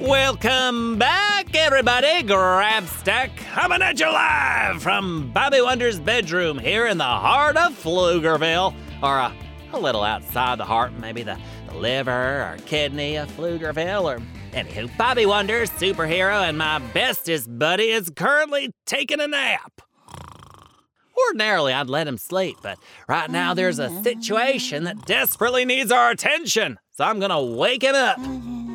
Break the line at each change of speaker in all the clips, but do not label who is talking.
Welcome back, everybody. Grabstack coming at you live from Bobby Wonder's bedroom here in the heart of Pflugerville, or a, a little outside the heart, maybe the, the liver or kidney of Pflugerville, or anywho, Bobby Wonder, superhero, and my bestest buddy is currently taking a nap. Ordinarily, I'd let him sleep, but right now there's a situation that desperately needs our attention, so I'm gonna wake him up.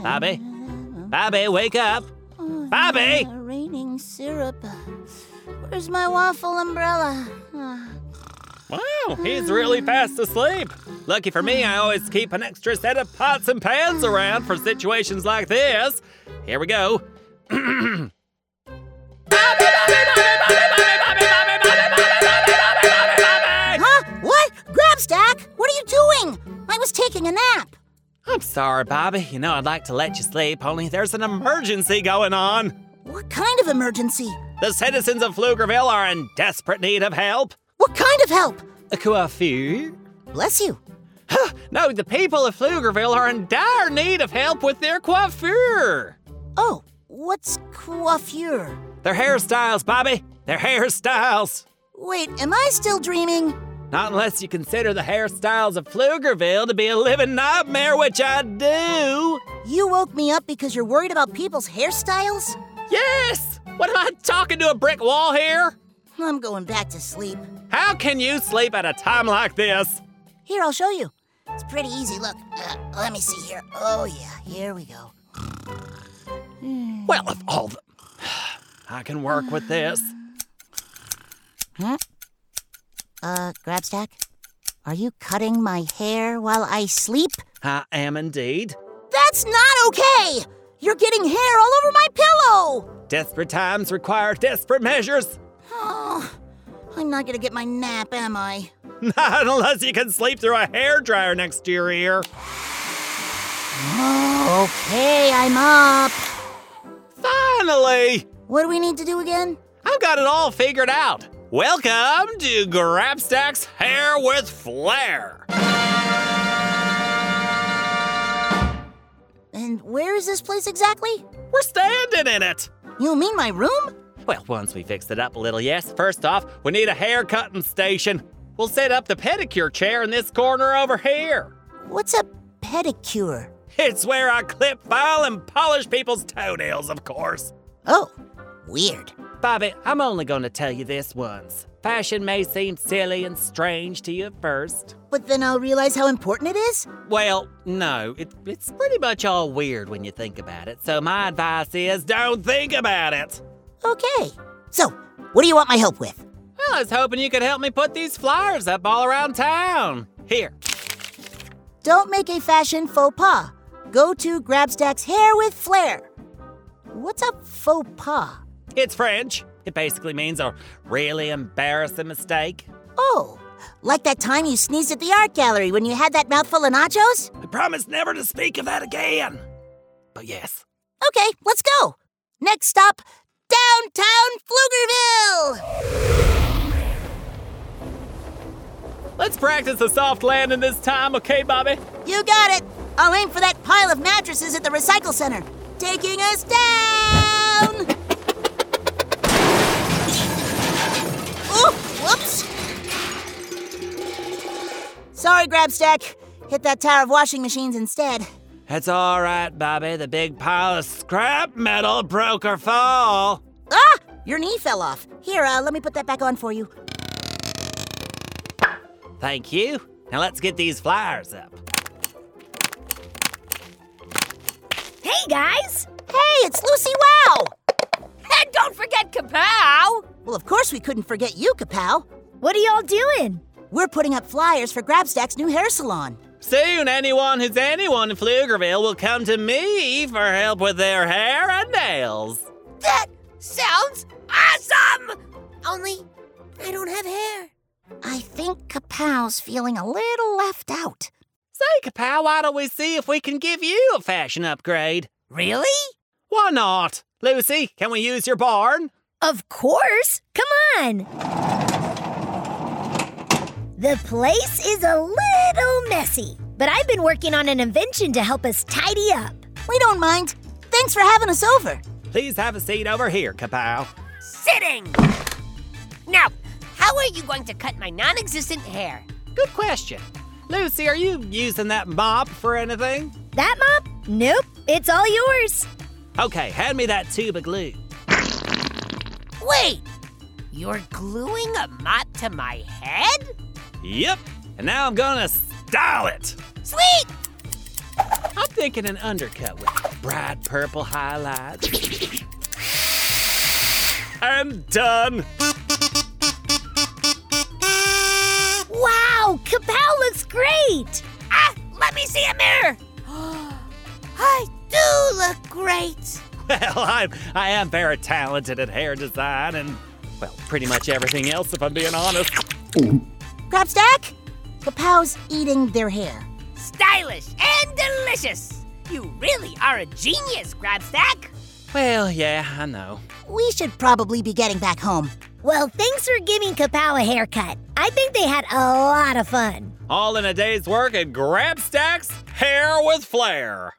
Bobby, Bobby, wake up.
Oh,
Bobby!
yeah, raining syrup. Where's my waffle umbrella? Ah,
Wow, he's really fast asleep. Lucky for me, I always keep an extra set of pots and pans around for situations like this. Here we go. Bobby, Bobby, Bobby, Bobby, Bobby, Bobby, Bobby, Bobby, Bobby, Bobby, Bobby, Bobby.
Huh? What? Grabstack, what are you doing? I was taking a nap.
I'm sorry, Bobby. You know, I'd like to let you sleep, only there's an emergency going on.
What kind of emergency?
The citizens of Pflugerville are in desperate need of help.
What kind of help?
Coiffure?
Bless you.
No, the people of Pflugerville are in dire need of help with their coiffure.
Oh, what's coiffure?
Their hairstyles, Bobby. Their hairstyles.
Wait, am I still dreaming?
Not unless you consider the hairstyles of Pflugerville to be a living nightmare, which I do.
You woke me up because you're worried about people's hairstyles?
Yes! What am I talking to a brick wall here?
I'm going back to sleep.
How can you sleep at a time like this?
Here, I'll show you. It's pretty easy. Look, uh, let me see here. Oh, yeah, here we go.
Well, of all the. I can work with this.
Uh, Grabstack, are you cutting my hair while I sleep?
I am indeed.
That's not okay! You're getting hair all over my pillow!
Desperate times require desperate measures.
Oh, I'm not gonna get my nap, am I?
Not unless you can sleep through a hairdryer next to your ear.
Okay, I'm up.
Finally!
What do we need to do again?
I've got it all figured out. Welcome to Grabstack's Hair with Flair.
And where is this place exactly?
We're standing in it.
You mean my room?
Well, once we fixed it up a little, yes. First off, we need a hair cutting station. We'll set up the pedicure chair in this corner over here.
What's a pedicure?
It's where I clip, file, and polish people's toenails, of course.
Oh, weird.
Bobby, I'm only going to tell you this once. Fashion may seem silly and strange to you at first.
But then I'll realize how important it is?
Well, no, it, it's pretty much all weird when you think about it. So my advice is don't think about it.
Okay. So, what do you want my help with?
Well, I was hoping you could help me put these flyers up all around town. Here.
Don't make a fashion faux pas. Go to Grabstack's hair with flair. What's a faux pas?
It's French. It basically means a really embarrassing mistake.
Oh, like that time you sneezed at the art gallery when you had that mouthful of nachos?
I promise never to speak of that again. But yes.
Okay, let's go. Next stop, downtown Pflugerville.
Let's practice the soft landing this time, okay, Bobby?
You got it. I'll aim for that pile of mattresses at the recycle center. Taking us down. Ooh, whoops. Sorry, Grabstack. Hit that tower of washing machines instead.
That's all right, Bobby. The big pile of scrap metal broke her fall.
Ah! Your knee fell off. Here, uh, let me put that back on for you.
Thank you. Now let's get these flyers up.
Hey guys!
Hey, it's Lucy Wow!
And don't forget Kapow!
Well, of course we couldn't forget you, Kapow.
What are y'all doing?
We're putting up flyers for Grabstack's new hair salon.
Soon, anyone who's anyone in Pflugerville will come to me for help with their hair and nails.
That sounds awesome! Only I don't have hair.
I think Kapow's feeling a little left out.
Say, Kapow, why don't we see if we can give you a fashion upgrade?
Really?
Why not? Lucy, can we use your barn?
Of course! Come on! The place is a little messy, but I've been working on an invention to help us tidy up.
We don't mind. They Thanks for having us over.
Please have a seat over here, Kapow.
Sitting! Now, how are you going to cut my non existent hair?
Good question. Lucy, are you using that mop for anything?
That mop? Nope, it's all yours.
Okay, hand me that tube of glue.
Wait! You're gluing a mop to my head?
Yep. And now I'm gonna style it.
Sweet!
I'm thinking an undercut with bright purple highlights. I'm done.
Wow, Kapow looks great.
Ah, let me see a mirror! I do look great!
Well, I'm, I am very talented at hair design and, well, pretty much everything else, if I'm being honest.
Grabstack? Kapow's eating their hair.
Stylish and delicious! You really are a genius, Grabstack!
Well, yeah, I know.
We should probably be getting back home.
Well, thanks for giving Kapow a haircut. I think they had a lot of fun.
All in a day's work at Grabstack's Hair with Flair.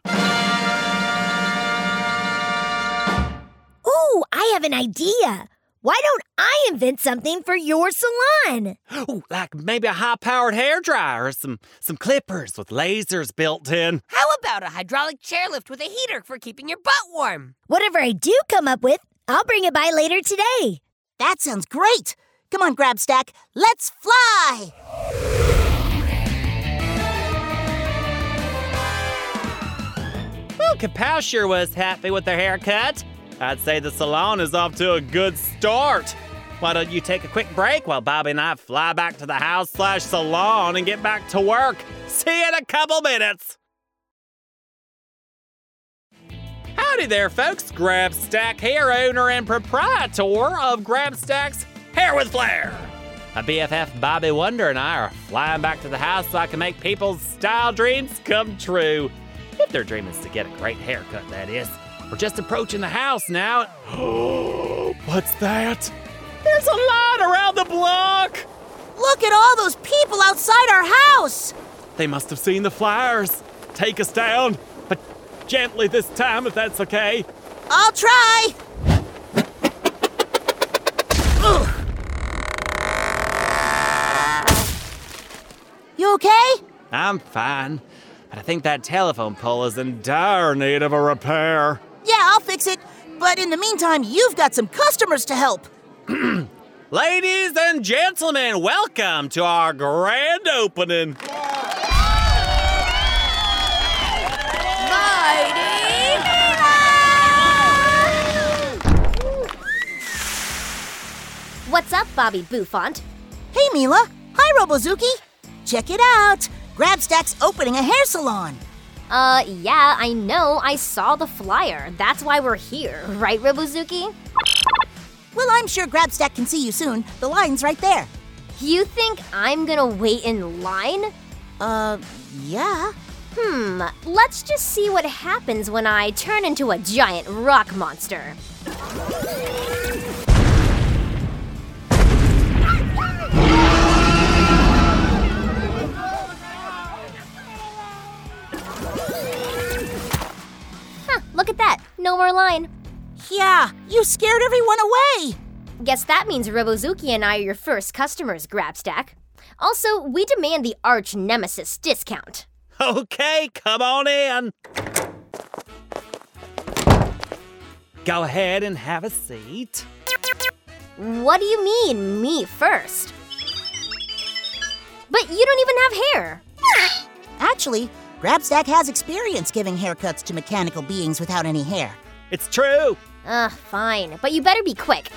Ooh, I have an idea. Why don't I invent something for your salon?
Ooh, like maybe a high-powered hair dryer or some some clippers with lasers built in.
How about a hydraulic chairlift with a heater for keeping your butt warm?
Whatever I do come up with, I'll bring it by later today.
That sounds great. Come on, Grabstack, let's fly!
Well, Kapow sure was happy with their haircut. I'd say the salon is off to a good start. Why don't you take a quick break while Bobby and I fly back to the house slash salon and get back to work? See you in a couple minutes. Howdy there, folks. Grabstack here, owner and proprietor of Grabstack's Hair with Flair. My BFF Bobby Wonder and I are flying back to the house so I can make people's style dreams come true. If their dream is to get a great haircut, that is. We're just approaching the house now. What's that? There's a line around the block!
Look at all those people outside our house!
They must have seen the flyers. Take us down, but gently this time if that's okay.
I'll try! Ugh. You okay?
I'm fine, but I think that telephone pole is in dire need of a repair.
Yeah, I'll fix it. But in the meantime, you've got some customers to help.
Ladies and gentlemen, welcome to our grand opening.
What's up, Bobby Buffont?
Hey, Mila. Hi, Robozuki. Check it out. Grabstack's opening a hair salon.
Uh, yeah, I know. I saw the flyer. That's why we're here, right, Robozuki?
Well, I'm sure Grabstack can see you soon. The line's right there.
You think I'm gonna wait in line?
Uh, yeah.
Hmm, let's just see what happens when I turn into a giant rock monster. Huh, look at that. No more line.
Yeah, you scared everyone away.
Guess that means Robozuki and I are your first customers, Grabstack. Also, we demand the arch nemesis discount.
Okay, come on in. Go ahead and have a seat.
What do you mean, me first? But you don't even have hair.
Actually, Grabstack has experience giving haircuts to mechanical beings without any hair.
It's true.
Ugh, fine. But you better be quick.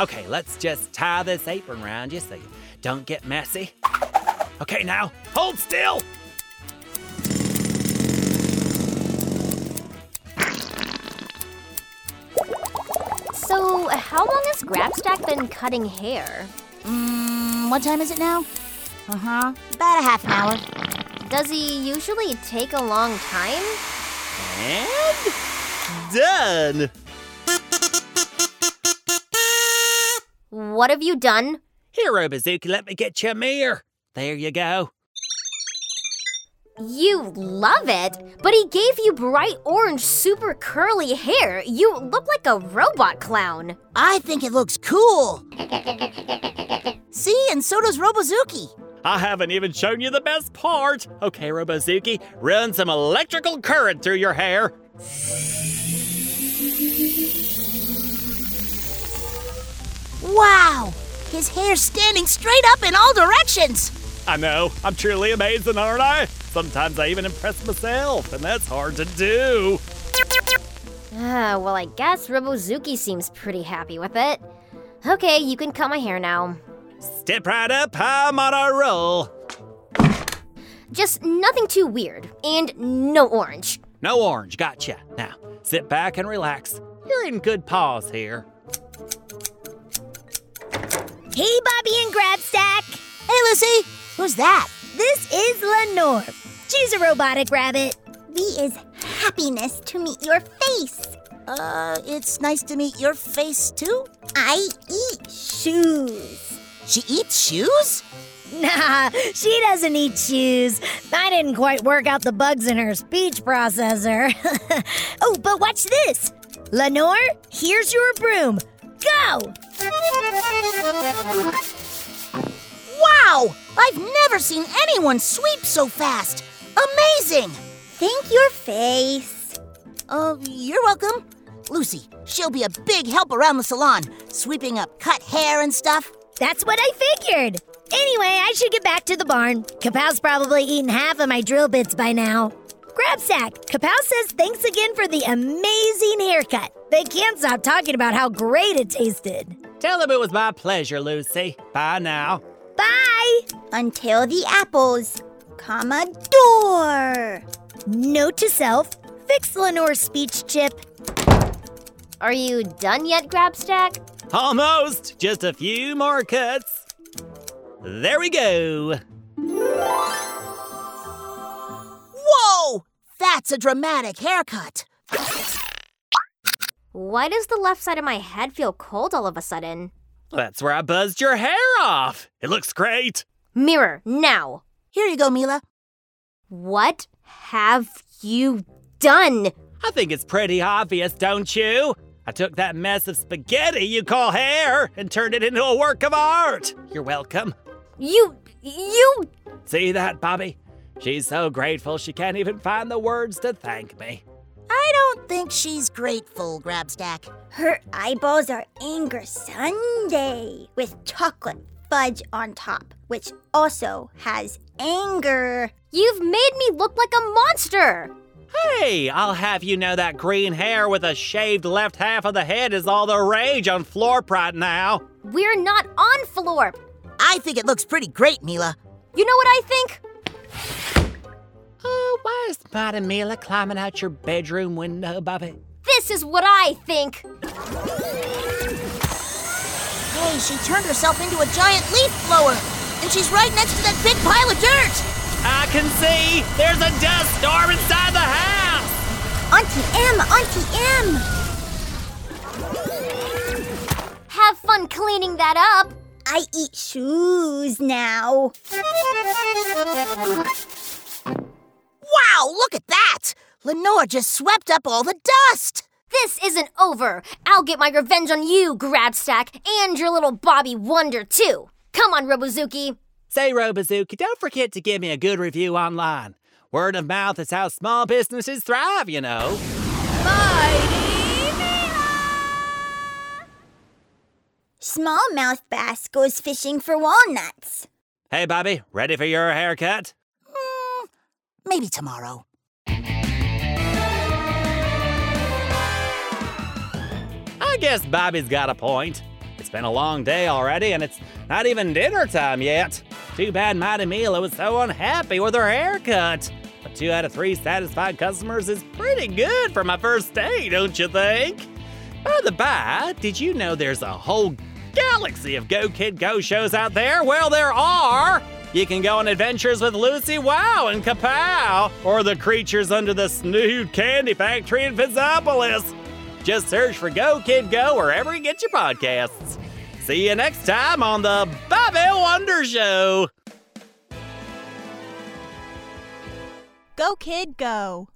Okay, let's just tie this apron around you so you don't get messy. Okay, now hold still.
So, how long has Grabstack been cutting hair?
Mm, what time is it now? Uh huh. About a half an hour.
Does he usually take a long time?
And done.
What have you done?
Here, Robozuki, let me get you a mirror. There you go.
You love it, but he gave you bright orange, super curly hair. You look like a robot clown.
I think it looks cool. See, and so does Robozuki.
I haven't even shown you the best part. Okay, Robozuki, run some electrical current through your hair.
Wow! His hair's standing straight up in all directions.
I know, I'm truly amazing, aren't I? Sometimes I even impress myself, and that's hard to do.
Ah, well, I guess Robozuki seems pretty happy with it. Okay, you can cut my hair now.
Step right up, I'm on a roll.
Just nothing too weird, and no orange.
No orange, gotcha. Now, sit back and relax. You're in good paws here.
Hey, Bobby and Grabstack!
Hey, Lucy, who's that?
This is Lenore. She's a robotic rabbit.
V is happiness to meet your face.
Uh, it's nice to meet your face too.
I eat shoes.
She eats shoes?
Nah, she doesn't eat shoes. I didn't quite work out the bugs in her speech processor. oh, but watch this. Lenore, here's your broom. Go!
Wow! I've never seen anyone sweep so fast. Amazing!
Think your face.
Uh, you're welcome. Lucy, she'll be a big help around the salon, sweeping up cut hair and stuff.
That's what I figured. Anyway, I should get back to the barn. Kapow's probably eaten half of my drill bits by now. Grab sack. Kapow says thanks again for the amazing haircut. They can't stop talking about how great it tasted.
Tell them it was my pleasure, Lucy. Bye now.
Bye!
Until the apples, comma, door.
Note to self, fix Lenore's speech chip.
Are you done yet, Grabstack?
Almost. Just a few more cuts. There we go.
Whoa! That's a dramatic haircut.
Why does the left side of my head feel cold all of a sudden?
That's where I buzzed your hair off. It looks great.
Mirror, now.
Here you go, Mila.
What have you done?
I think it's pretty obvious, don't you? I took that mess of spaghetti you call hair and turned it into a work of art. You're welcome.
You. you.
See that, Bobby? She's so grateful she can't even find the words to thank me.
I don't think she's grateful, Grabstack.
Her eyeballs are anger Sunday with chocolate fudge on top, which also has anger.
You've made me look like a monster!
Hey, I'll have you know that green hair with a shaved left half of the head is all the rage on Florp right now.
We're not on Florp!
I think it looks pretty great, Mila.
You know what I think?
Oh, why is Mata Mila climbing out your bedroom window, Bobby?
This is what I think!
Hey, she turned herself into a giant leaf blower, and she's right next to that big pile of dirt.
I can see there's a dust storm inside the house.
Auntie M, Auntie M.
Have fun cleaning that up!
I eat shoes now.
Wow, look at that! Lenore just swept up all the dust.
This isn't over! I'll get my revenge on you, Grabstack, and your little Bobby Wonder, too! Come on, Robozuki!
Say, Robozuki, don't forget to give me a good review online. Word of mouth is how small businesses thrive, you know.
Smallmouth bass goes fishing for walnuts.
Hey, Bobby, ready for your haircut?
Maybe tomorrow.
I guess Bobby's got a point. It's been a long day already, and it's not even dinner time yet. Too bad Mighty Mila was so unhappy with her haircut. But two out of three satisfied customers is pretty good for my first day, don't you think? By the by, did you know there's a whole galaxy of Go Kid Go shows out there? Well, there are! You can go on adventures with Lucy Wow and Kapow, or the creatures under the Snood Candy Factory in Pizzopolis. Just search for Go Kid Go wherever you get your podcasts. See you next time on the Bobby Wonder Show.
Go, kid, go.